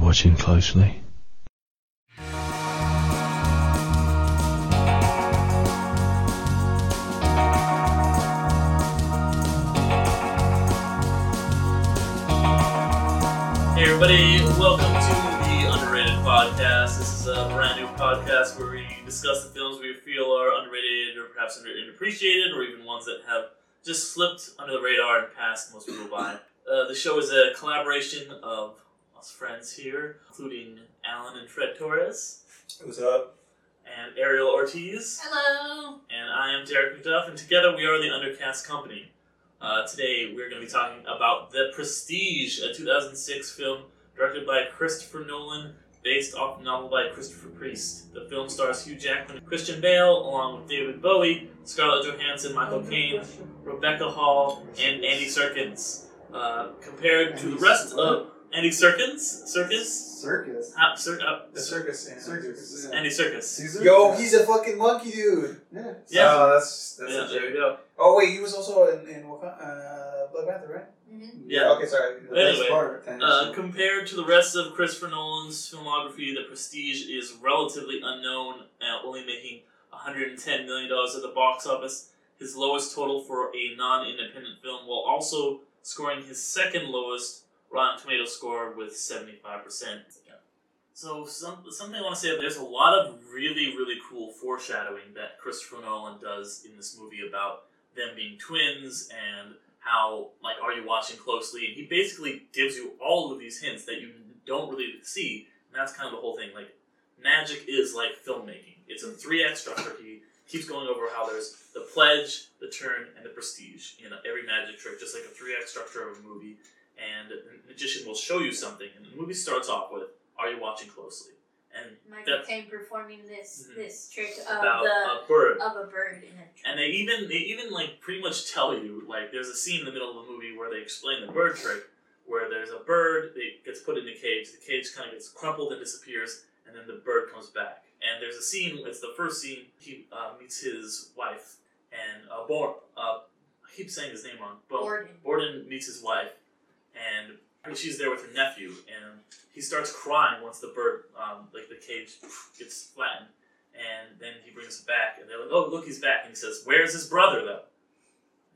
watching closely. Hey everybody, welcome to the Underrated Podcast. This is a brand new podcast where we discuss the films we feel are underrated or perhaps under- underappreciated or even ones that have just slipped under the radar and passed most people by. Uh, the show is a collaboration of us friends here, including Alan and Fred Torres What's up? and Ariel Ortiz. Hello. And I am Derek McDuff, and together we are the Undercast Company. Uh, today we're going to be talking about The Prestige, a 2006 film directed by Christopher Nolan, based off the novel by Christopher Priest. The film stars Hugh Jackman and Christian Bale, along with David Bowie, Scarlett Johansson, Michael Caine, Rebecca Hall, and Andy Serkins. Uh, compared to the rest of Andy Serkins, Serkins, Circus. uh, Sir, uh, The circus. And Circus. Andy Serkis. Caesar? Yo, he's a fucking monkey dude. Yeah. Yeah. Oh, that's that's Yeah, a there you joke. go. Oh wait, he was also in, in Wakanda, uh, Black Panther, right? Mm-hmm. Yeah. Okay, sorry. The Anyway, best part. Uh, compared to the rest of Christopher Nolan's filmography, The Prestige is relatively unknown, uh, only making $110 million at the box office, his lowest total for a non independent film, while also scoring his second lowest Rotten Tomato score with 75%. So, some, something I want to say there's a lot of really, really cool foreshadowing that Christopher Nolan does in this movie about them being twins and how like are you watching closely and he basically gives you all of these hints that you don't really see and that's kind of the whole thing like magic is like filmmaking it's a three act structure he keeps going over how there's the pledge the turn and the prestige in every magic trick just like a three act structure of a movie and the magician will show you something and the movie starts off with are you watching closely and Michael That's- Caine performing this Mhm. this trick of about Uh, a the bird of a bird in a tree. And they even they even like pretty much tell you like there's a scene in the middle of the movie where they explain the bird trick, where there's a bird it gets put in a cage, the cage kind of gets crumpled and disappears, and then the bird comes back. And there's a scene it's the first scene he uh, meets his wife and uh, Bor- uh I keep saying his name wrong, but Gordon. Borden meets his wife, and she's there with her nephew, and he starts crying once the bird, um, like the cage, gets flattened, and then he brings it back, and they're like, "Oh, look, he's back!" And he says, "Where's his brother, though?"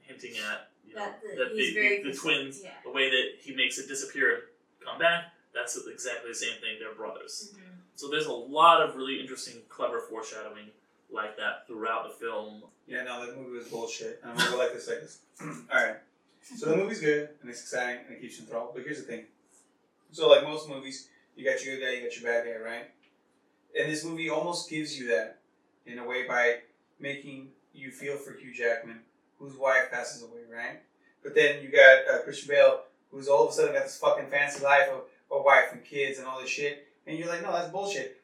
Hinting at you know That the- that he's the, very the, the concerned, twins, yeah. the way that he makes it disappear and come back. That's exactly the same thing. They're brothers. Mhm. So there's a lot of really interesting, clever foreshadowing like that throughout the film. yeah, no, that movie was bullshit. I'm gonna go like this, like this. All right. So the movie's good and it's exciting and it keeps you enthralled. But here's the thing. So like most movies, you got your good guy, you got your bad guy, right? And this movie almost gives you that in a way by making you feel for Hugh Jackman, whose wife passes away, right? But then you got uh, Christian Bale, who's all of a sudden got this fucking fancy life of a wife and kids and all this shit, and you're like, no, that's bullshit.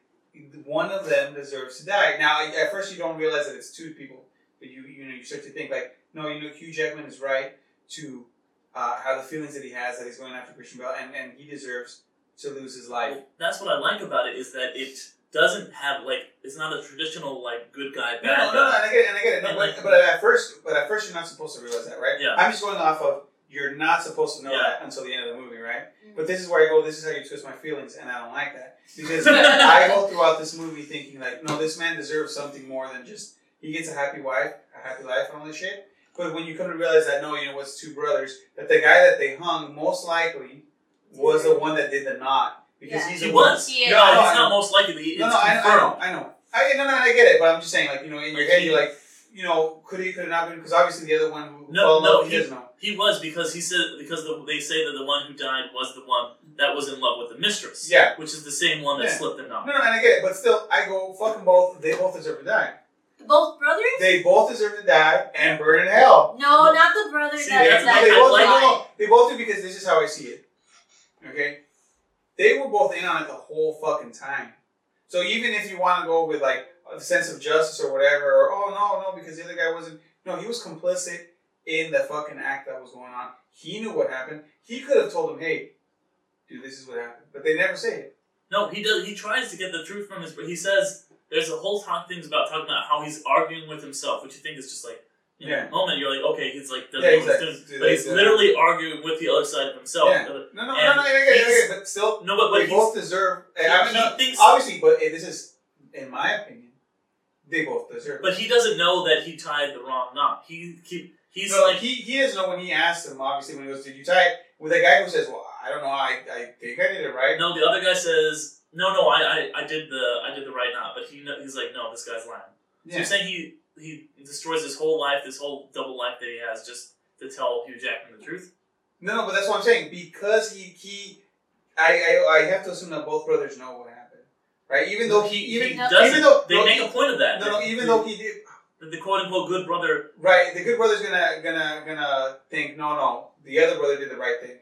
One of them deserves to die. Now, at first, you don't realize that it's two people, but you you know you start to think like, no, you know, Hugh Jackman is right to uh, have the feelings that he has that he's going after Christian Bale, and and he deserves to lose his life. Well, that's what I like about it is that it doesn't have like it's not a traditional like good guy No, no, bad no, guy. and I get it, and I get it. No, And but, like- but at first, but at first, you're not supposed to realize that, right? Yeah. I'm just going off of you're not supposed to know Yeah. that until the end of the movie, right? But this is where I go. This is how you twist my feelings, and I don't like that because I go throughout this movie thinking like, no, this man deserves something more than just he gets a happy wife, a happy life, and all this shit. But when you come to realize that no, you know, it's two brothers. That the guy that they hung most likely Mm-hmm. was the one that did the knot because Yeah. he's He the was. He is. No, I No, he's know. not most likely. It's no, no, I, I confirmed. know, I know. I no, no, I get it, but I'm just saying, like, you know, in your head, you're like, you know, could it, could it not been? Because obviously the other one who No, fell in no, love, he he- doesn't know. He was because he said because the, they say that the one who died was the one that was in love with the mistress. Yeah. which is the same one that Yeah. slipped and No, off. no, and I get it, but still, I go, fucking both. They both deserve to die. Both brothers? They both deserve to die and burn in hell. no, not the brother See, They, that that's- no, that they I both, like- no, no, died. no, they both do because this is how I see it. Okay, they were both in on it the whole fucking time. So even if you want to go with like a sense of justice or whatever, or oh no, no, because the other guy wasn't. No, he was complicit in the fucking act that was going on. He knew what happened. He could have told him, "Hey, dude, this is what happened," but they never say it. No, he does. He tries to get the truth from his, but he says there's a whole talk things about talking about how he's arguing with himself, which you think is just like in yeah. Yeah. that moment, you're like, okay, he's like, doesn't Yeah, know what he's exactly. doing. Dude, But he's that's- literally arguing with the other side of himself. Yeah. No, No, no, And no, no, yeah, yeah, yeah, he's- yeah, but still, but, but they he's, both deserve. he, I mean, he not- thinks, obviously, but eh, this is, in my opinion, they both deserve. but he doesn't know that he tied the wrong knot. He, he he's no, like, like he he doesn't know when he asked him. Obviously, when he goes, "Did you tie?" it?" With that guy who says, "Well, I don't know. I, I think I did it right." no, the other guy says, no, no, I, I, I did the, I did the right knot. But he, kno- he's like, no, this guy's lying. So Yeah. you're saying he, he destroys his whole life, this whole double life that he has, just to tell Hugh Jackman the truth. No, no, but that's what I'm saying because he he, I I, I have to assume that both brothers know what happened, right? Even though he even he No. doesn't. even though they no, make he- a point of that. no, no, that- even though he did that the quote unquote good brother right, the good brother's gonna gonna gonna think no, no, the other brother did the right thing.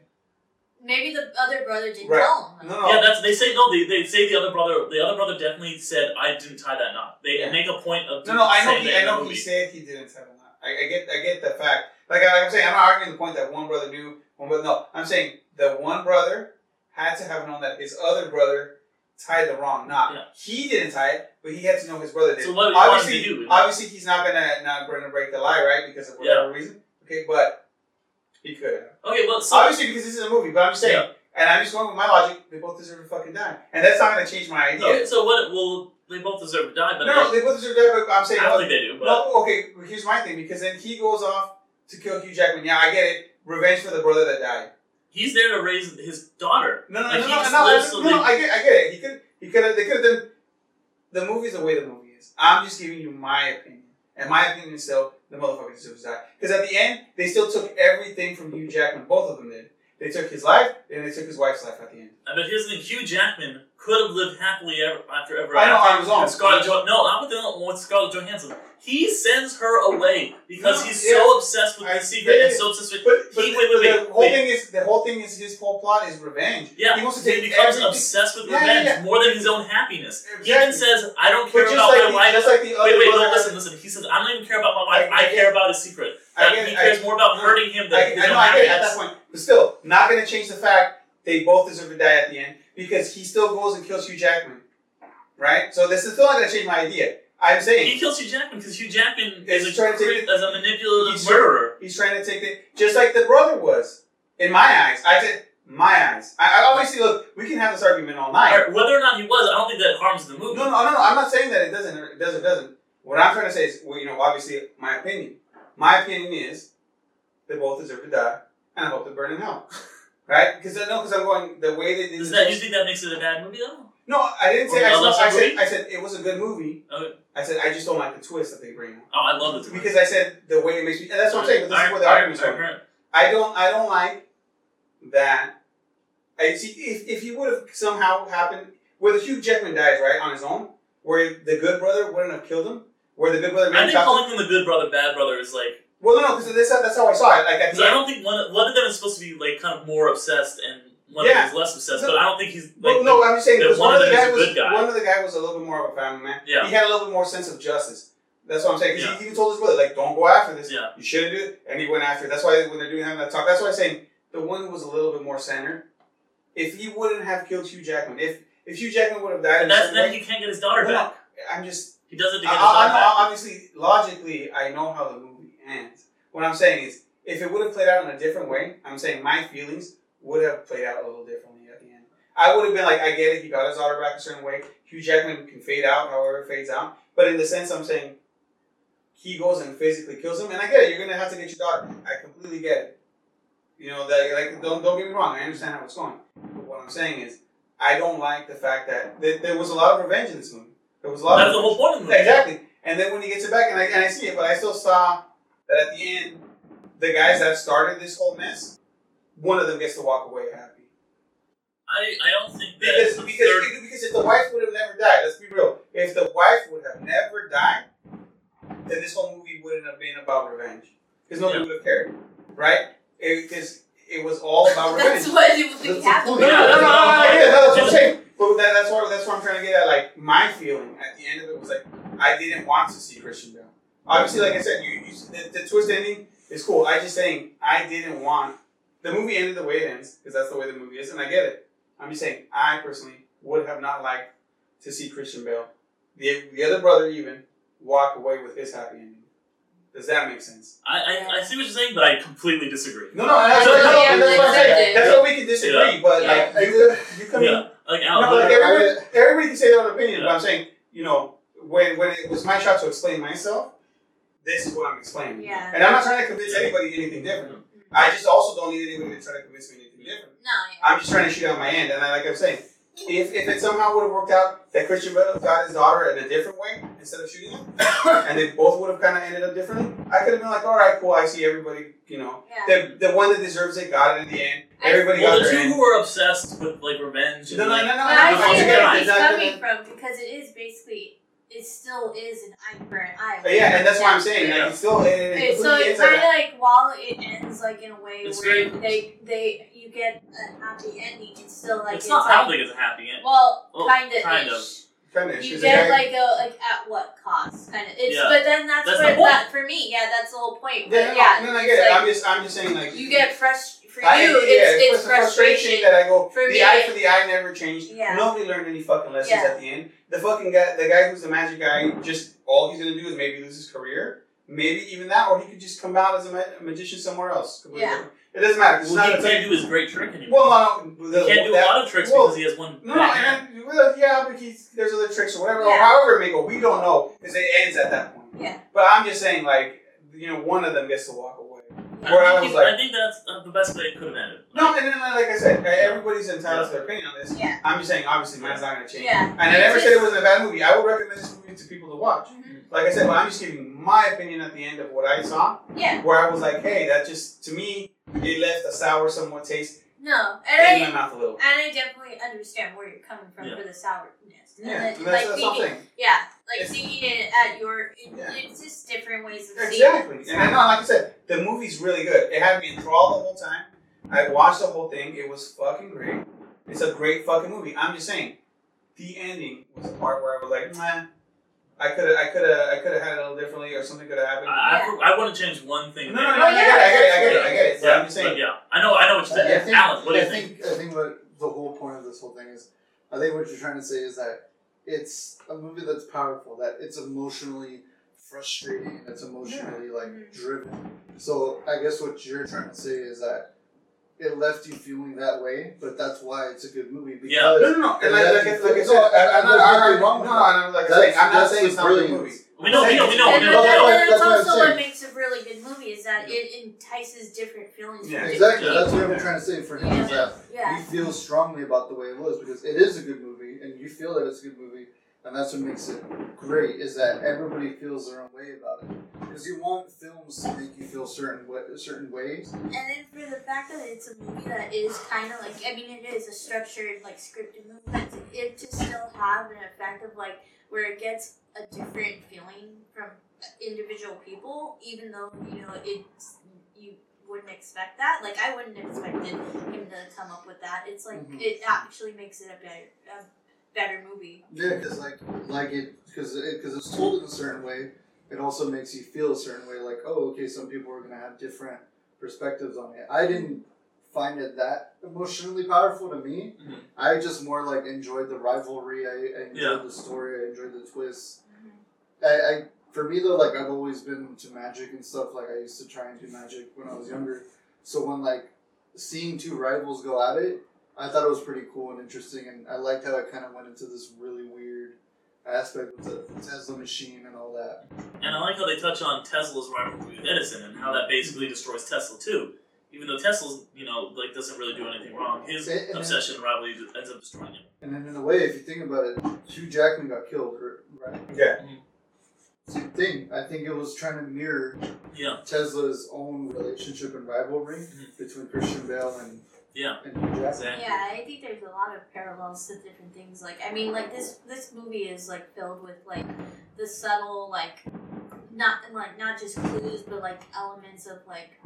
Maybe the other brother didn't Right. tell him. No, no, Yeah, that's they say no. They, they say the other brother. The other brother definitely said I didn't tie that knot. They Yeah. make a point of No, no, I know. saying He, that I in the know he movie. said he didn't tell him that. I, I get, I get the fact. Like, I, am saying, I'm not arguing the point that one brother knew. One brother, no, I'm saying the one brother had to have known that his other brother tied the wrong knot. Yeah. He didn't tie it, but he had to know his brother did. So what do you want him obviously, to do? obviously, he's not gonna not gonna break the lie, right? Because of whatever reason. Okay, but he could have. Okay, well, so Obviously, because this is a movie. But I'm just saying, and I'm just going with my logic. They both deserve to fucking die, and that's not gonna change my idea. okay, so what? Well, they both deserve to die, No, but no, I, they both deserve to die. But I'm saying, I don't think they do. But no, okay, but here's my thing because then he goes off to kill Hugh Jackman. Yeah, I get it. Revenge for the brother that died. he's there to raise his daughter. No, no, Like, no, he no, just no, lives I- so no, they- no, I get, I get it. He could, he could have, they could have done. The movie's the way the movie is. I'm just giving you my opinion, and my opinion is still the motherfucker deserves to die because at the end they still took everything from Hugh Jackman. Both of them did. They took his life, and they took his wife's life at the end. Uh, But here's the thing: Hugh Jackman could have lived happily ever after ever I know after. I was on. with Scarlett jo- no, I'm with, the- with Scarlett Johansson. He sends her away because No, he's yeah. so obsessed with I the secret get and it. so obsessed with. But, but He- the, wait, wait, wait, the whole wait. thing is the whole thing is his whole plot is revenge. Yeah, he wants to take becomes everything- obsessed with Yeah, yeah, revenge yeah. more than his own happiness. He Exactly. even says, "I don't care But just about like, my the- wife." just like the other Wait, wait, brother no, had- listen, listen. He says, I don't even care about my wife. I, I- I care about his secret. I That- get he it. cares more about no, hurting him I, than his I own know, I get it at happiness. that point. But still, not going to change the fact they both deserve to die at the end because he still goes and kills Hugh Jackman. Right? So this is still not going to change my idea. I'm He saying kills Hugh Jackman because Hugh Jackman He's is a trying to creep, take as a manipulative he's- murderer. he's trying to take it just like the brother was. In my eyes. I said, my eyes. I, I obviously, look, we can have this argument all night. Or Whether or not he was, I don't think that harms the No, movie. no, no, no. I'm not saying that it doesn't or it doesn't, doesn't. What I'm trying to say is, well, you know, obviously, my opinion. My opinion is they both deserve to die and I hope they burn in hell. Right? Because I know, because I'm going, the way they did Does this that you think that makes it a bad movie though? No, I didn't say. Or I, no, said, that's I, a said, movie? I said it was a good movie. Okay. I said I just don't like the twist that they bring. out. Oh, I love it. Because I said the way it makes me. And that's what I'm saying. But this is where the argument's going. I don't. I don't like that. I see. If, if he would have somehow happened, where the Hugh Jackman dies right on his own, where the good brother wouldn't have killed him, where the good brother I maybe think got- calling him the good brother, bad brother is like well, no, no, because that's how, that's how I saw it. Like at Because the I end, don't think one one of them is supposed to be like kind of more obsessed and one of Yeah. them is less obsessed. No. But I don't think he's like Well, no, I'm just saying that because one one, of of the them is guy a was good guy. one of the guy was a little bit more of a family man. Yeah. he had a little bit more sense of justice. That's what I'm saying. 'cause Yeah. he even told his brother like, "Don't go after this. Yeah. You shouldn't do it." And he went after. it. That's why when they're doing having that talk, that's why I'm saying the one who was a little bit more centered. If he wouldn't have killed Hugh Jackman, if if Hugh Jackman would have died, in And a that's certain then way- he can't get his daughter Well, no, back. I'm just He does it to I, get his I, daughter I back. know, obviously logically I know how the movie ends. What I'm saying is, if it would have played out in a different way, I'm saying my feelings would have played out a little differently at the end. I would have been like, I get it, he got his daughter back a certain way. Hugh Jackman can fade out, however it fades out. But in the sense, I'm saying he goes and physically kills him, and I get it. You're gonna have to get your daughter. I completely get it. You know that, like, don't don't get me wrong. I understand how it's going. But what I'm saying is, I don't like the fact that th- there was a lot of revenge in this movie. There was a lot. That's the of revenge. whole point of the movie. Exactly. And then when he gets it back, and I, and I see it, but I still saw that at the end, the guys that started this whole mess, one of them gets to walk away happy. I, I don't think that Because the because, third- because if the wife would have never died, let's be real. If the wife would have never died, then this whole movie wouldn't have been about revenge. Because nobody Yeah. would have cared, right? Because it, was all about revenge. That's what it would That's be the point. happening. No, no, no, no, no, no, Yeah. yeah, no, that's what I'm saying. But that, that's what that's what I'm trying to get at. Like my feeling at the end of it was like I didn't want to see Christian Bale. Obviously, like I said, you, you the, the twist ending is cool. I just saying I didn't want the movie ended the way it ends because that's the way the movie is, and I get it. I'm just saying I personally would have not liked to see Christian Bale, the the other brother even walk away with his happy ending. Does that make sense? I, I, I see what you're saying, but I completely disagree. No, no, that's Yeah, what, no, yeah, that's what I'm saying. yeah. That's why we can disagree, Yeah. but Yeah. like you, you can Yeah, like Al, no, but- like everybody, everybody can say their own opinion, but Yeah. I'm saying, you know, when when it was my shot to explain myself, this is what I'm explaining. Yeah. And I'm not trying to convince anybody anything different. I just also don't need anybody to try to convince me anything different. No, yeah. I'm just trying to shoot out my end, and I, like I'm saying, if, if it somehow would have worked out that Christian Bale got his daughter in a different way instead of shooting him, and they both would have kind of ended up differently, I could have been like, all right, cool, I see everybody, you know, yeah. the the one that deserves it got it in the end. I- Everybody well, got the their two end. who are obsessed with like revenge and No, no, like, no, no, no. But I I'll see get where it. he's It's not gonna- coming from because it is basically, it still is an eye for an eye. But yeah, and that's why I'm saying like it's still it, it Okay, so completely it's ends kind of at like while it ends like in a way It's where very- they they you get a happy ending, it's still like it's not. like, I don't think it's a happy end. well, Well, kind of kind that. Kinda, You she's get like, like a like at what cost kind of. It's Yeah. but then that's, That's where the point. that for me, yeah, that's the whole yeah, point. no, but yeah, no, no, I get it. it's I'm just, I'm just saying like like, you get fresh for I, you. yeah, it's, it's the frustration that I go For the me, eye for the eye never changed. Yeah. Nobody learned any fucking lessons Yeah. at the end. The fucking guy, the guy who's the magic guy, just all he's gonna do is maybe lose his career, maybe even that, or he could just come out as a, ma- a magician somewhere else. completely Yeah. different. It doesn't matter. It's well, he not can't do his great trick anymore. well, no, no, the, he can't do that, a lot of tricks well, because he has one. No, bad hand. and well, yeah, but he's, there's other tricks or whatever. Or Yeah. however it may go, we don't know because it ends at that point. Yeah. But I'm just saying, like, you know, one of them gets to walk away. I Where I think was he- like- I think that's uh, the best way it could have ended. No, and then, like I said, uh, everybody's entitled to their opinion on this. Yeah. I'm just saying, obviously, mine's not going to change. Yeah. And I never said it wasn't a bad movie. I would recommend this movie to people to watch. Mm-hmm. Mhm. Like I said, but I'm just giving my opinion at the end of what I saw, Yeah. where I was like, hey, that just, to me, it left a sour, somewhat taste No. in And I my mouth a little. and I definitely understand where you're coming from Yeah. for the sourness. And Yeah, then, and like that's, that's what I'm thinking, saying. yeah, like It's- seeing it at your, it, Yeah. it's just different ways of seeing. Exactly. it. And I know, like I said, the movie's really good. It had me enthralled the whole time. I watched the whole thing. It was fucking great. It's a great fucking movie. I'm just saying, the ending was the part where I was like, nah, I could have, I could have, I could have had it a little differently, or something could have I, happened. I, I want to change one no, thing. no, there. no, I get it, I get it, I get it, I get it. But yeah, I'm just saying, but yeah, I know, I know what you're I saying. think, Alan, what do I you think? think, I think what the whole point of this whole thing is, I think what you're trying to say is that it's a movie that's powerful, that it's emotionally frustrating, and it's emotionally like Mhm. driven. So I guess what you're trying to say is that it left you feeling that way, but that's why it's a good movie because Yeah. no, no, no. And like, like, like, I said, I- I'm not There's nothing arguing. No, wrong no, with I'm like That's- saying, I'm not that's saying it's not a good brilliant. movie. We know, we know, we know. And We then, know. Yeah. then That's that's what I'm also what saying. makes a really good movie is that it entices different feelings. Yeah. from Exactly. different That's what I'm trying to say for him is that people. Yeah. you feel strongly about the way it was because it is a good movie and you feel that it's a good movie and that's what makes it great is that everybody feels their own way about it because you want films to make you feel certain wa certain ways And then for the fact that it's a movie that is kind of like, I mean, it is a structured, like, scripted movie, but it to still have an effect of, like, where it gets a different feeling from individual people, even though, you know, it's, you wouldn't expect that. Like, I wouldn't expect it, him to come up with that. It's like, Mhm. it actually makes it a better, a better movie. yeah because like like it because it because it's told in a certain way it also makes you feel a certain way like oh okay some people are gonna have different perspectives on it I didn't find it that emotionally powerful to me Mhm. I just more like enjoyed the rivalry I, I enjoyed Yeah. the story I enjoyed the twists I, I for me though, like I've always been to magic and stuff. Like I used to try and do magic when I was younger. So when like seeing two rivals go at it, I thought it was pretty cool and interesting, and I liked how it kind of went into this really weird aspect with the Tesla machine and all that. And I like how they touch on Tesla's rivalry with Edison and how that basically destroys Tesla too. Even though Tesla's, you know, like doesn't really do anything wrong, his It- it- obsession and rivalry ends up destroying him. And then in a way, if you think about it, Hugh Jackman got killed, or- right? Yeah. Same thing. I think it was trying to mirror Yeah. Tesla's own relationship and rivalry Mhm. between Christian Bale and Yeah. and Hugh Jackman. Exactly. Yeah, I think there's a lot of parallels to different things. Like, I mean, like this this movie is like filled with like the subtle like not like not just clues, but like elements of like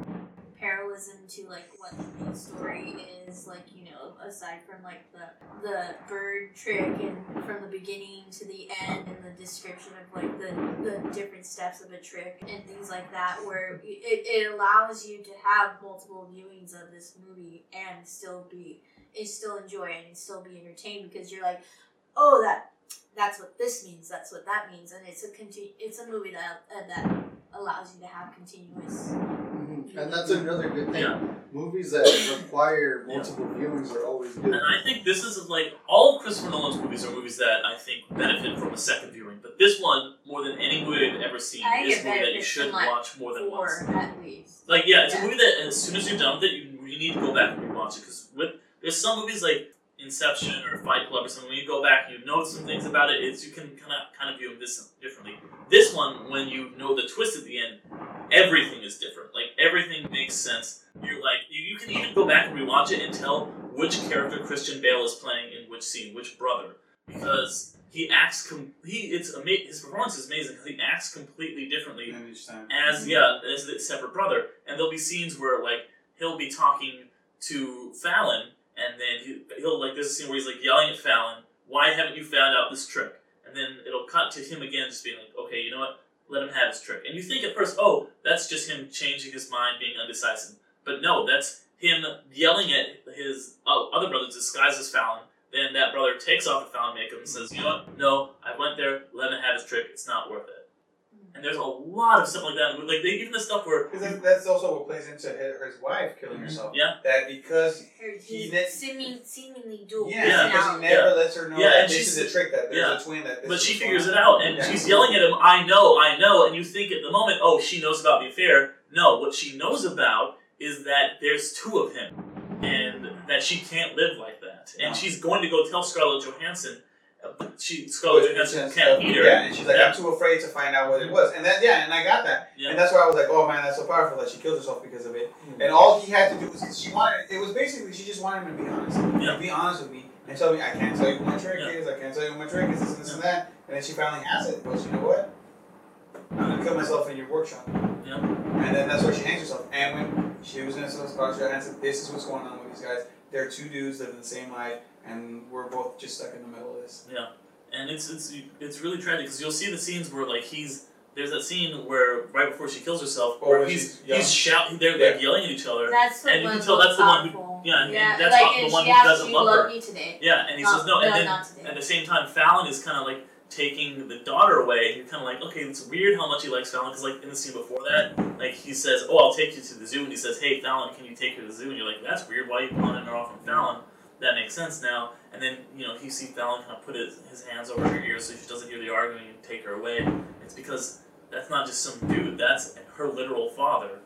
parallelism to like what the main story is. Like you know, aside from like the the bird trick and from the beginning to the end and the description of like the the different steps of a trick and things like that, where it, it allows you to have multiple viewings of this movie and still be and still enjoy it and still be entertained because you're like, oh, that that's what this means, that's what that means, and it's a continu- it's a movie that uh, that allows you to have continuous. Mhm. And that's another good thing. Yeah. Movies that require Yeah. multiple viewings are always good. And I think this is like all of Christopher Nolan's movies are movies that I think benefit from a second viewing. But this one, more than any movie I've ever seen, I think is it a movie that you benefits should from, like, watch more than once. Four at least. Like yeah, it's a Yeah. movie that as soon as you're done with it, you really need to go back and rewatch it because with there's some movies like Inception or Fight Club or something. When you go back, you know some things about it. It's you can kind of kind of view them this differently. This one, when you know the twist at the end, everything is different. Like everything makes sense. You're like you, you can even go back and rewatch it and tell which character Christian Bale is playing in which scene, which brother, because he acts com- he it's ama- his performance is amazing because he acts completely differently And each time. as yeah, as the separate brother. And there'll be scenes where like he'll be talking to Fallon, and then he, he'll like there's a scene where he's like yelling at Fallon, "Why haven't you found out this trick?" And then it'll cut to him again, just being like, "Okay, you know what? Let him have his trick." And you think at first, "Oh, that's just him changing his mind, being undecisive." But no, that's him yelling at his uh, other brother disguised as Fallon. Then that brother takes off the Fallon makeup and says, "You know what? No, I went there. Let him have his trick. It's not worth it." And there's a lot of stuff like that. Like they, even the stuff where Because that- that's also what plays into his, his wife killing Mhm. herself. Mm-hmm. Yeah. That because Her He he did- seemingly, seemingly yeah, dual because he personality. never lets her know Yeah, that and this she's- is a trick that there's yeah. a twin that this but is she what's going figures on. it out and Yeah. she's yelling at him, I know, I know, and you think at the moment, oh, she knows about the affair. No, what she knows about is that there's two of him and that she can't live like that. And No. she's going to go tell Scarlett Johansson, uh, but she Scarlett Which makes Johansson sense. can't meet her. Yeah, and she's like, Yeah. I'm too afraid to find out what it was. And that, yeah, and I got that. Yeah. Hmm. And that's why I was like, oh man, that's so powerful that she killed herself because of it. Mhm. And all he had to do was, she wanted, it was basically, she just wanted him to be honest. Yeah. Be honest with me and tell me, I can't tell you what my trick Yeah. is, I can't tell you what my trick is, this and this and that. And then she finally has it. Well, you know what? I'm going to kill myself in your workshop. Yeah. And then that's where she hangs herself. And when she was in a Scarlett Johansson, this is what's going on with these guys. They're two dudes living the same life, and we're both just stuck in the middle of this. and it's it's it's really tragic because you'll see the scenes where like he's there's that scene where right before she kills herself Oh, where when he's she's- yeah. he's shouting they're Yeah. like yelling at each other That's the And you one can tell that's the one who- awful. yeah, and- and that's like, the and one she who asked, doesn't "Do love you her." love me today. yeah and he Not- says uh, no and then not today. At the same time, Fallon is kind of like taking the daughter away. And you're kind of like, okay, it's weird how much he likes Fallon because, like, in the scene before that, like he says, "Oh, I'll take you to the zoo," and he says, "Hey, Fallon, can you take her to the zoo?" And you're like, "That's weird. Why are you pawning her off from Fallon?" That makes sense now. And then you know he sees Fallon kind of put his, his hands over her ears so she doesn't hear the arguing and take her away. It's because that's not just some dude. That's her literal father.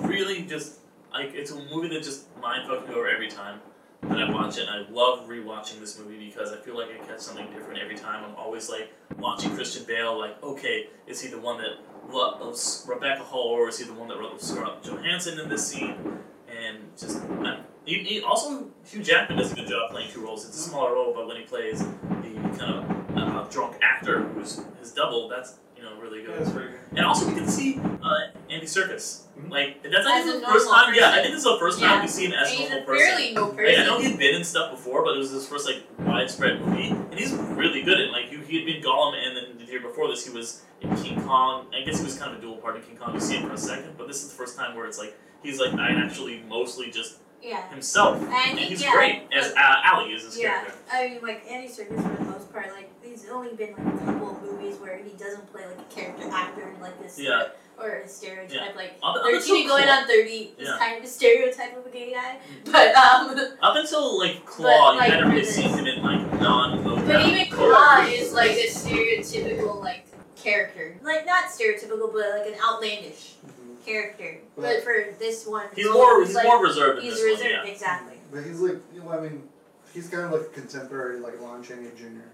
Really, just like it's a movie that just mind fucks me over every time that I watch it. And I love rewatching this movie because I feel like I catch something different every time. I'm always like watching Christian Bale, like, okay, is he the one that loves Rebecca Hall or is he the one that loves Scarlett Johansson in this scene? And just, I, he, he- also Hugh Jackman does a good job playing two roles. It's a smaller role, but when he plays the kind of uh, drunk actor who's his double, that's you know really good. Yeah, that's pretty good. And also, we can see uh, Andy Circus. Mhm. Like that's I As think a the first normal time. Yeah, I person. think this is the first time Yeah. we see him as and a he's normal a person. fairly new person. Like, I know he'd been in stuff before, but it was his first like widespread movie, and he's really good in like he he had been Gollum, and then the year before this he was in King Kong. I guess he was kind of a dual part in King Kong. You see him for a second, but this is the first time where it's like he's like I actually mostly just yeah. himself, And I and think, he's yeah, great as like- uh, Ali is his yeah, character. I mean, like Andy Serkis for the most part, like he's only been like a couple of movies where he doesn't play like a character actor in like this Yeah. or a stereotype like Up, up thirteen until and going Claw, on thirty is Yeah. Mm-hmm. kind of a stereotype of a gay guy, but um, up until like Claw, like, you hadn't for really this- seen him in like non. but even Claw is like a stereotypical like character, like not stereotypical, but like an outlandish Mhm. character. But- But for this one, Mm-hmm. He's role, more it's he's like, more reserved in he's this reserved one, yeah. exactly. But he's like, you know, I mean, he's kind of like a contemporary, like Lon Chaney Jr.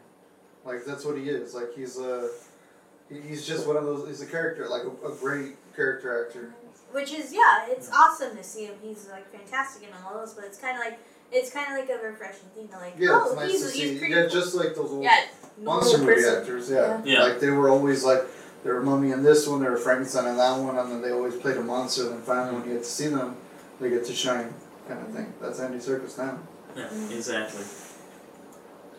Like that's what he is. Like he's a, he- he's just one of those. He's a character, like a, a great character actor. Which is yeah, it's awesome to see him. He's like fantastic and all those, but it's kind of like it's kind of like a refreshing thing to like. Yeah, oh, it's nice he's, to he's see. pretty Yeah, cool. just like those old yeah, monster normal movie person. actors. Yeah. Yeah. like they were always like they were mummy in this one, they were Frankenstein in that one, and then they always played a monster. And then finally, when you get to see them, they get to shine, kind of thing. That's Andy Serkis now. Yeah, exactly.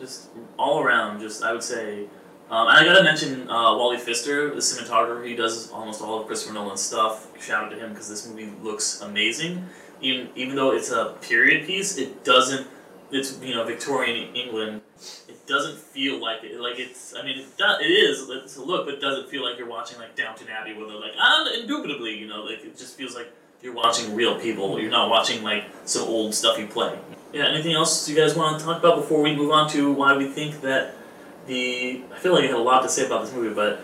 Just all around, just I would say. Um, and I gotta mention uh, Wally Pfister, the cinematographer. He does almost all of Christopher Nolan's stuff. Shout out to him because this movie looks amazing. Even even though it's a period piece, it doesn't. It's you know Victorian England. It doesn't feel like it. Like it's, I mean, it, do, it is. It's a look, but it doesn't feel like you're watching like Downton Abbey, where they're like, ah, indubitably, you know, like it just feels like you're watching real people. You're not watching like some old stuffy play. Yeah. Anything else you guys want to talk about before we move on to why we think that the? I feel like I had a lot to say about this movie, but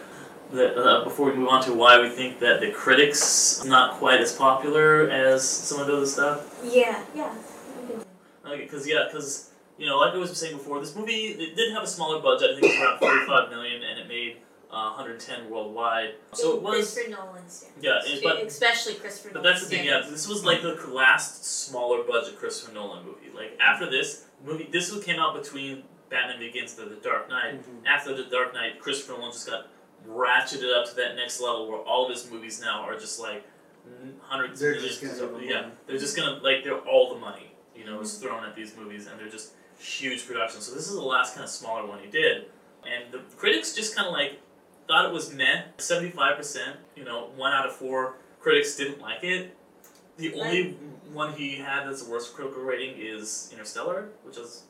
that, uh, before we move on to why we think that the critics not quite as popular as some of the other stuff. Yeah, yeah. Okay, because yeah, because you know, like I was saying before, this movie it did have a smaller budget. I think it was around forty-five million, and it made uh, one hundred ten worldwide. So it was. Christopher Nolan's standards. Yeah, it- but- especially Christopher But Nolan that's the thing, yeah. This was like the last smaller budget Christopher Nolan movie. Like after this movie, this one came out between Batman Begins and The Dark Knight. Mm-hmm. After The Dark Knight, Christopher Nolan just got ratcheted up to that next level where all of his movies now are just like n- 100s They're of millions just gonna of- give them yeah, money. they're just gonna like they're all the money you know is thrown at these movies and they're just huge productions. So this is the last kind of smaller one he did, and the critics just kind of like thought it was meh. Seventy five percent, you know, one out of four critics didn't like it. The only one he had that's the worst critical rating is Interstellar, which is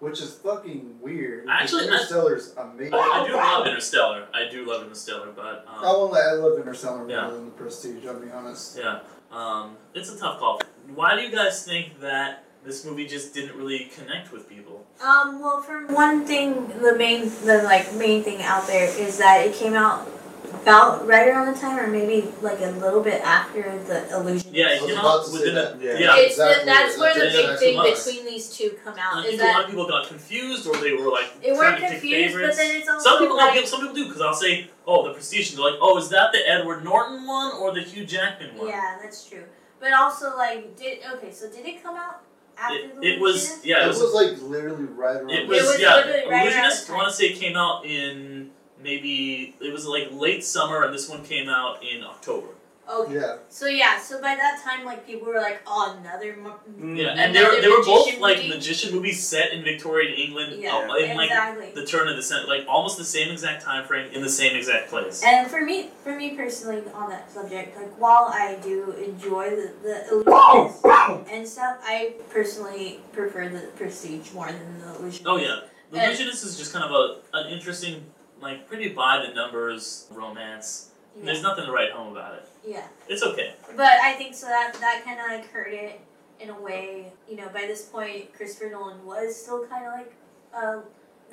Which is fucking weird. Actually, I- Oh, Interstellar's amazing. I do love Interstellar. I do love Interstellar, but I um, Oh. won't lie, I love Interstellar more Yeah. than The Prestige. I'll be honest. yeah, um, it's a tough call. Why do you guys think that this movie just didn't really connect with people? Um, well, for one thing, the main, the like main thing out there is that it came out about right around the time, or maybe like a little bit after the illusion. Yeah, I was you know, about to say within a- that. Yeah. Yeah. it's exactly. that's where the That's big exactly thing what it was. between these two come I out think is a lot that of people got confused, or they were like it trying weren't to pick confused, but favorites. then it's also some people like, don't. Some people do because I'll say, "Oh, the Prestige." and They're like, "Oh, is that the Edward Norton one or the Hugh Jackman one?" yeah, that's true. But also, like, did okay? So did it come out after It, the it was Illusionist? yeah. it It was, was like literally right around. It It was, was yeah. literally right Illusionist, around I want to say, came out in maybe it was like late summer, and this one came out in October. Okay. Yeah, So yeah, so by that time, like people were like, oh, another. Mo- Mm-hmm. Mm. Yeah, Mhm. and they were, Another they were both magician like movie? magician movies set in Victorian England Yeah, uh, in like exactly. the turn of the century, like almost the same exact time frame in the same exact place. And for me, for me personally, on that subject, like while I do enjoy the, the illusions and stuff, I personally prefer the prestige more than the illusion. Oh yeah, The And- Illusionist is just kind of a an interesting, like pretty by the numbers romance. yeah, There's nothing to write home about it. yeah. It's okay. But I think so that that kind of like hurt it in a way. You know, by this point, Christopher Nolan was still kind of like, uh,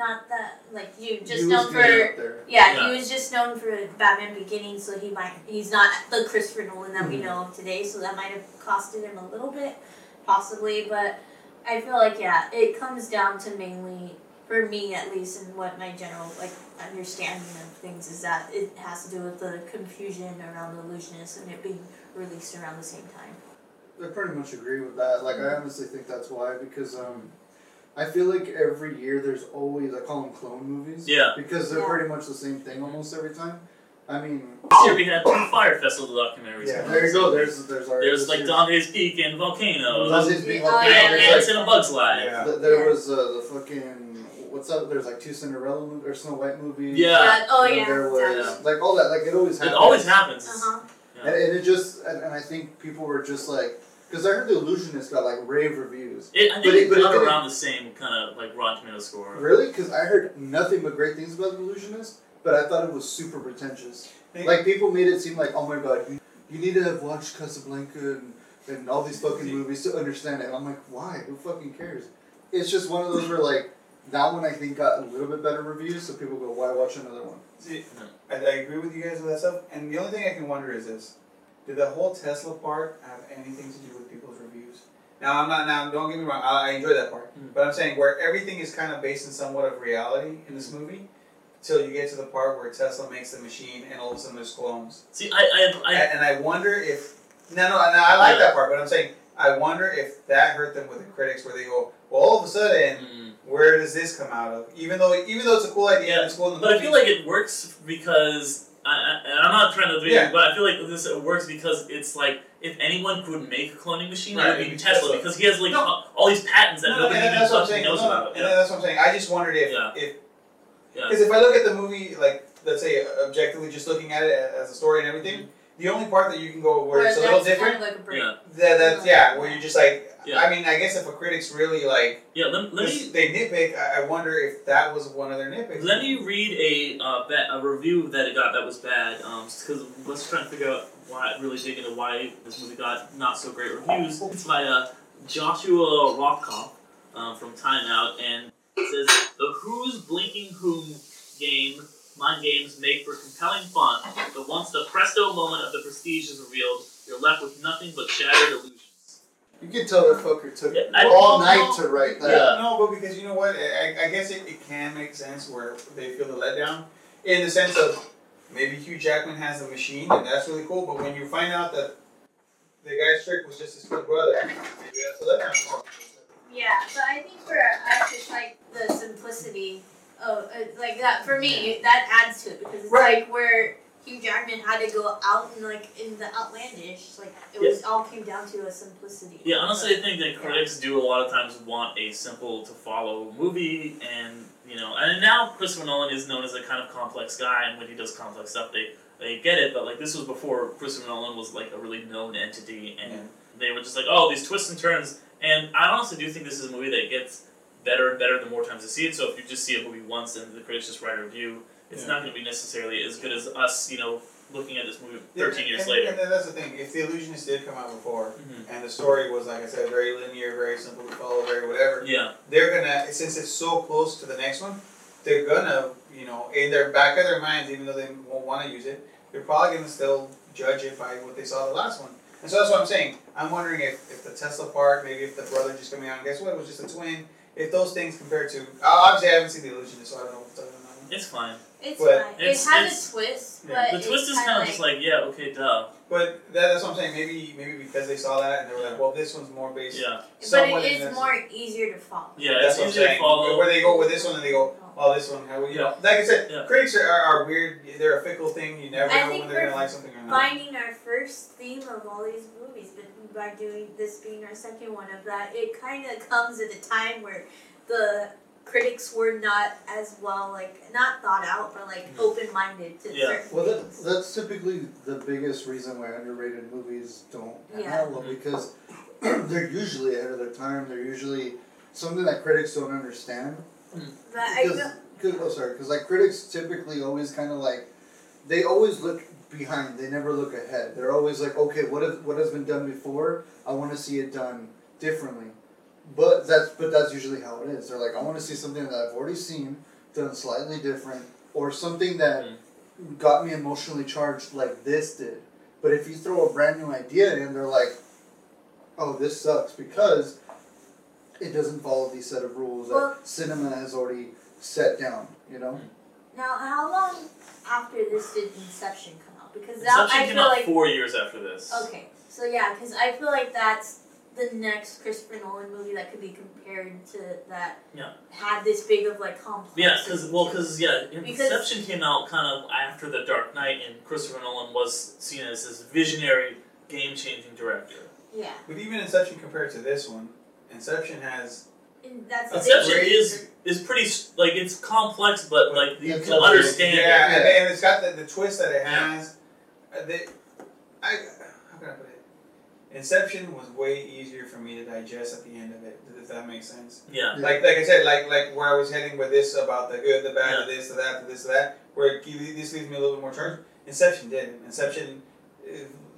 not that like you just He was known good for out there. Yeah, Yeah. he was just known for Batman Beginning, so he might he's not the Christopher Nolan that Mm-hmm. we know of today, so that might have costed him a little bit, possibly. But I feel like yeah, it comes down to mainly for me at least, and what my general like understanding of things is that it has to do with the confusion around Illusionist and it being released around the same time. I pretty much agree with that. Like, I honestly think that's why because um, I feel like every year there's always I call them clone movies. Yeah. Because they're Yeah. pretty much the same thing almost every time. I mean, This year we had two Fire Festival documentaries. yeah, there you go. There's there's our There's like Dante's Peak and Volcano. That's his big Oh, one. and yeah, There's, yeah. like, Ants and a Bug's Life. Yeah. th- there was uh, the fucking what's up? There's like two Cinderella mo- or Snow White movies. Yeah. But- oh And yeah. There exactly. was like all that. Like it always It happens. always happens. Uh-huh. And, and it just and, and I think people were just like because I heard the Illusionist got like rave reviews. It, I think But it- it, but it got didn't- around the same kind of like Rotten Tomato score. Really? Because I heard nothing but great things about the Illusionist, but I thought it was super pretentious. Like people made it seem like, oh my god, you, you need to have watched Casablanca and, and all these fucking movies to understand it. And I'm like, why? Who fucking cares? It's just one of those where like that one I think got a little bit better reviews, so people go, why watch another one? See, I, I agree with you guys with that stuff. And the only thing I can wonder is this: Did the whole Tesla part have anything to do with people's reviews? Now I'm not. Now don't get me wrong. I, I enjoy that part, Mm. but I'm saying where everything is kind of based in somewhat of reality in Mm. this movie, till you get to the part where Tesla makes the machine and all of a sudden there's clones. See, I, I, I A- and I wonder if no, no, no I like Yeah. that part, but I'm saying I wonder if that hurt them with the critics, where they go, well, all of a sudden, Mm. where does this come out of? Even though, even though it's a cool idea, and it's cool in the But I movie, feel like it works because I, I, and I'm not trying to, be, Yeah. but I feel like this it works because it's like if anyone could make a cloning machine, Right, it would it'd be be Tesla Tesla. because he has like No. all- all these patents that No, no, nobody and even that's what I'm fucking saying. knows no, no, about. And uh, Yeah. that's what I'm saying. I just wondered if, Yeah. if, Yeah. because if I look at the movie, like let's say objectively, just looking at it a- as a story and everything, Mm-hmm. the only part that you can go where it's Whereas a little that's kind different. of like a break. Yeah. That, that's yeah, where you're just like. Yeah. I mean, I guess if a critic's really like Yeah, let, let me just- they nitpick, I, I wonder if that was one of their nitpicks. Let me read a uh, ba- a review that it got that was bad. Um, because let's try and figure out why really dig into why this movie got not so great reviews. It's by uh, Joshua Rockoff um, from Time Out, and it says the Who's Blinking Whom game mind games make for compelling fun, but once the presto moment of the prestige is revealed, you're left with nothing but shattered illusions. You can tell that fucker took Yeah, I all don't night know. to write that. Yeah. No, but because you know what, I, I- I guess it, it can make sense where they feel the letdown, in the sense of maybe Hugh Jackman has a machine and that's really cool, but when you find out that the guy's trick was just his twin brother, maybe that's a letdown. Yeah, but I think for us, it's like the simplicity of uh, like that. For me, that adds to it because it's Right. like where Hugh Jackman had to go out and like in the outlandish, like it was all came down to a simplicity. Yeah, honestly, I think that critics do a lot of times want a simple to follow movie, and you know, and now Christopher Nolan is known as a kind of complex guy, and when he does complex stuff, they they get it. But like this was before Christopher Nolan was like a really known entity, and Yeah. they were just like, oh, these twists and turns. And I honestly do think this is a movie that gets better and better the more times you see it. So if you just see a movie once and the critics just write a review, it's Yeah. not going to be necessarily as good as us, you know, looking at this movie thirteen years and, later. And that's the thing, if The Illusionist did come out before, Mhm. and the story was, like I said, very linear, very simple to follow, very whatever, Yeah, they're gonna since it's so close to the next one, they're gonna you know in their back of their minds, even though they won't want to use it, they're probably gonna still judge it by what they saw the last one. And so that's what I'm saying. I'm wondering if, if the Tesla part, maybe if the brother just coming out, and guess what, it was just a twin. If those things compared to, uh, obviously I haven't seen the illusionist, so I don't know what's on that one. it's fine. it's But fine. it's- it has it's- a twist, yeah. but The it's twist is kinda kind of just like, yeah, okay, duh. But that, that's what I'm saying. Maybe maybe because they saw that and they were like, well, this one's more based. Yeah, somewhat but in it this- is more easier to follow. yeah, it's that's what I'm easy to saying. follow. Where they go with this one and they go, oh, this one, how we, you know, like I said, Yeah. critics are, are, are weird. They're a fickle thing. You never I know think when they're gonna we're like something or not. finding our first theme of all these movies, but by doing this being our second one of that, it kind of comes at a time where the critics were not as well, like not thought out, but like Mhm. open minded to Yeah. certain Well, that, things. that's typically the biggest reason why underrated movies don't Yeah. have one because they're usually ahead of their time. They're usually something that critics don't understand. But I Because, don't, cause, oh, sorry, because like critics typically always kind of like they always look behind. They never look ahead. They're always like, okay, what if, what has been done before? I want to see it done differently. But that's but that's usually how it is. They're like, I want to see something that I've already seen done slightly different, or something that got me emotionally charged like this did. But if you throw a brand new idea in, they're like, oh, this sucks because it doesn't follow these set of rules Well- that cinema has already set down. You know, now, how long after this did Inception come out? Because that Inception I came feel out like four years after this. Okay, so yeah, because I feel like that's the next Christopher Nolan movie that could be compared to that. Yeah. Had this big of like complex. Yeah, because well, because yeah, Because- Inception came out kind of after The Dark Knight, and Christopher Nolan was seen as this visionary, game-changing director. yeah, But even Inception compared to this one, Inception has and that's the Inception thing. great- is is pretty s- like it's complex, but like you It's can lovely. understand. it. yeah, and, Yeah. and it's got the, the twist that it has. Uh, The, I how can I put it? Inception was way easier for me to digest at the end of it, if that makes sense. Yeah. Yeah. Like like I said, like like where I was heading with this about the good, the bad, the this, the that, the this, the that. Where it, ge- this leaves me a little bit more charged. Inception didn't. Inception uh,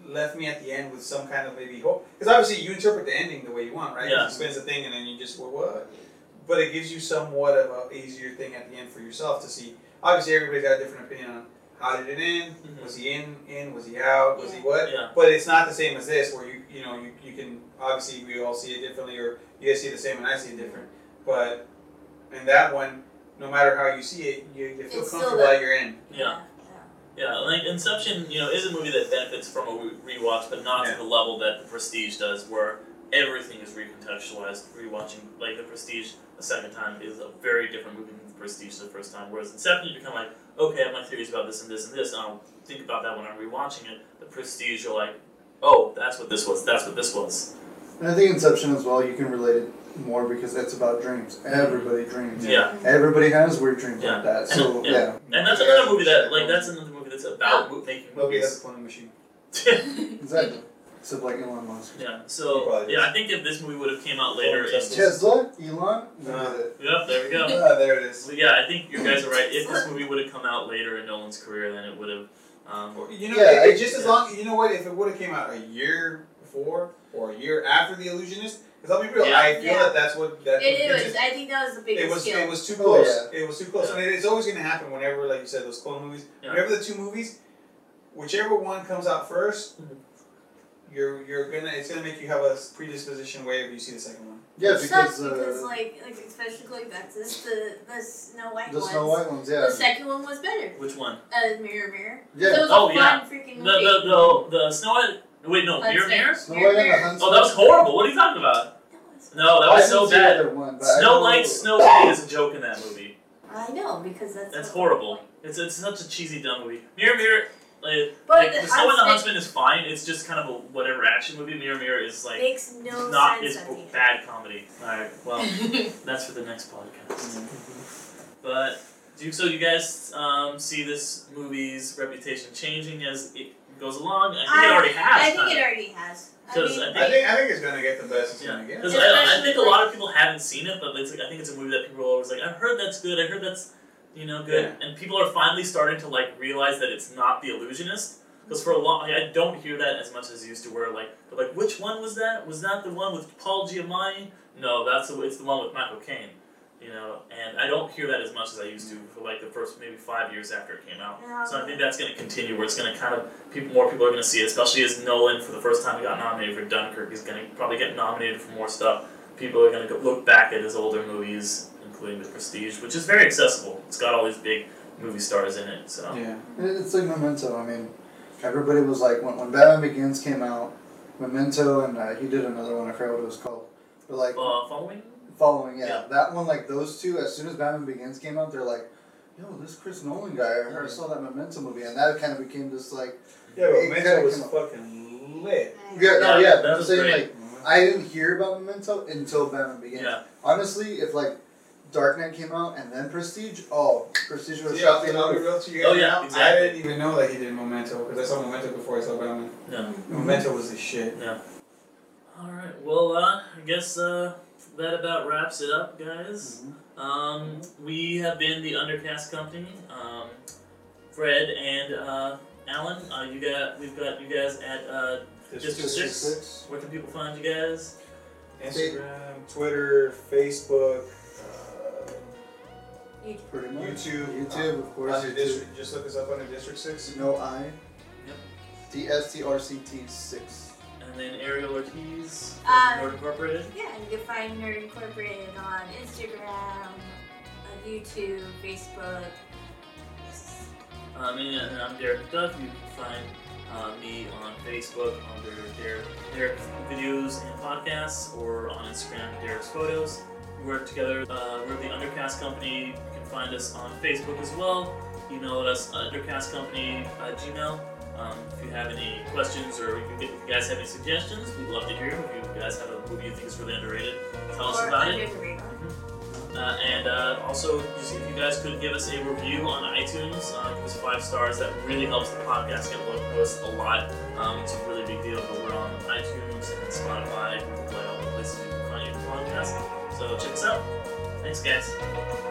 left me at the end with some kind of maybe hope. Because obviously you interpret the ending the way you want, right? Yeah. It spins the thing and then you just well, what? But it gives you somewhat of a easier thing at the end for yourself to see. Obviously everybody's got a different opinion on how did it end. Mhm. Was he in? In? Was he out? Was he Yeah. what? Yeah. But it's not the same as this, where you you know you, you can obviously we all see it differently, or you guys see it the same and I see it different. But in that one, no matter how you see it, you, you feel It's still comfortable that- that you're in. Yeah. Yeah, like Inception, you know, is a movie that benefits from a re- rewatch, but not Yeah. to the level that The Prestige does, where everything is recontextualized. Rewatching like The Prestige a second time is a very different movie than The Prestige the first time. Whereas Inception, you're kind of like, okay, I have my theories about this and this and this, and I'll think about that when I'm rewatching it. The Prestige, you're like, oh, that's what this was. That's what this was. and I think Inception as well. You can relate it more because it's about dreams. Everybody dreams. Yeah. Everybody has weird dreams Yeah. like that. So Yeah. yeah. And that's another movie that, like, that's another movie that's about mo- making Okay, movies. that's the point of the machine. Exactly. Except like Elon Musk. yeah. So Probably yeah, I think if this movie would have came out later, Or it's, Tesla. Tesla, Elon, we Nah. did it. yep, there we go. Ah, there it is. So yeah, I think you guys are right. If this movie would have come out later in Nolan's career, then it would have. Um, You know, it, Yeah, I- it just as yeah. long. You know what? If it would have came out a year before or a year after the Illusionist, because I'll be real, Yeah. I feel Yeah. that that's what that It, just- was. I think that was the biggest it was skill. it was too Oh, close. It was too close, Yeah. and it- it's always going to happen whenever, like you said, those clone movies. Yeah. Whenever the two movies, whichever one comes out 1st you Mhm. you're you're gonna it's gonna make you have a predisposition wherever you see the second one. Yeah, It sucks because, because uh, like, like especially going back to this, the the Snow White the ones, Snow White ones, yeah. The second one was better. which one? Uh, Mirror Mirror. So it Yeah. was Oh, a fun yeah. freaking The movie. the the, the Snow White. Wait, no, Let's Mirror say Mirror. Snow White and the Mirror. Huntsman. Oh, that was horrible. What are you talking about? That was- No, that I was didn't so see bad. either one, but I Snow know- White, Snow Day is a joke in that movie. I know because that's That's what- horrible. It's it's such a cheesy dumb movie. Mirror Mirror, like, But like the the Snow and the Huntsman- Huntsman is fine. It's just kind of a whatever action movie. Mirror Mirror is like makes no not sense. is at the end. bad comedy. All right, well that's for the next podcast. But do you, so you guys um, see this movie's reputation changing as it goes along? I think it I- already has. I think kinda. it already has. I 'Cause mean, I I think I think it's gonna get the best it's Yeah, gonna get. because Yeah. I, I Especially think a like- lot of people haven't seen it, but it's like, I think it's a movie that people are always like, I heard that's good, I heard that's, you know, good, and people are finally starting to like realize that it's not The Illusionist. Because for a long, like, I don't hear that as much as I used to. Where like, they're like, which one was that? Was that the one with Paul Giamatti? No, that's the it's the one with Michael Caine. You know, and I don't hear that as much as I used to for like the first maybe five years after it came out. no. So I think that's going to continue, where it's going to kind of people, more people are going to see it, especially as Nolan for the first time got nominated for Dunkirk. He's going to probably get nominated for more stuff. People are going to look back at his older movies, including The Prestige, which is very accessible. It's got all these big movie stars in it. So Yeah. It- It's like Memento. I mean, everybody was like, when, when Batman Begins came out, Memento, and uh, he did another one. I forgot what it was called. But like, uh, following. following, yeah, Yeah. that one, like those two. As soon as Batman Begins came out, they're like, yo, this Chris Nolan guy. I Mm-hmm. heard I saw that Memento movie, and that kind of became this like, Yeah, It but kinda Memento was came up. fucking lit. yeah, no, Yeah, yeah. that But I'm was saying great. like, I didn't hear about Memento until Batman Begins. Yeah, Honestly, if like. Dark Knight came out and then Prestige. Oh, Prestige was Yeah, shot I'll the be, I'll be real to you Oh, guys yeah, now, exactly. I didn't even know that he did Memento because I saw Memento before I saw Batman. no. Memento was the shit. All right. Well, uh, I guess uh, that about wraps it up, guys. Mm-hmm. Um, we have been the Undercast Company. Um, Fred and uh, Alan, uh, you got we've got you guys at uh, District Six. where can people find you guys? Instagram, Twitter, Facebook, uh, Pretty much. YouTube, YouTube, of course. under YouTube. district, just look us up under District Six. No I. Yep. D S T R C T six. And then Ariel Ortiz, from Uh, Word Incorporated. Yeah, you can find Nerd Incorporated on Instagram, on YouTube, Facebook. Yes. Um, and, and I'm Derek Duff. You can find uh, me on Facebook under Derek, Derek videos and podcasts, or on Instagram Derek's photos. We work together. Uh, we're the Undercast Company. You can find us on Facebook as well. Email us uh, undercastcompany at gmail. Um, if you have any questions or if you if you guys have any suggestions, we'd love to hear them. If you guys have a movie you think is really underrated, tell us or about it. under the radar. Uh, and uh, also, just if you guys could give us a review on iTunes, uh, give us five stars. That really helps the podcast get low posts a lot. Um, it's a really big deal, but we're on iTunes and Spotify, Google Play, all the places you can find your podcast. So check us out. Thanks, guys.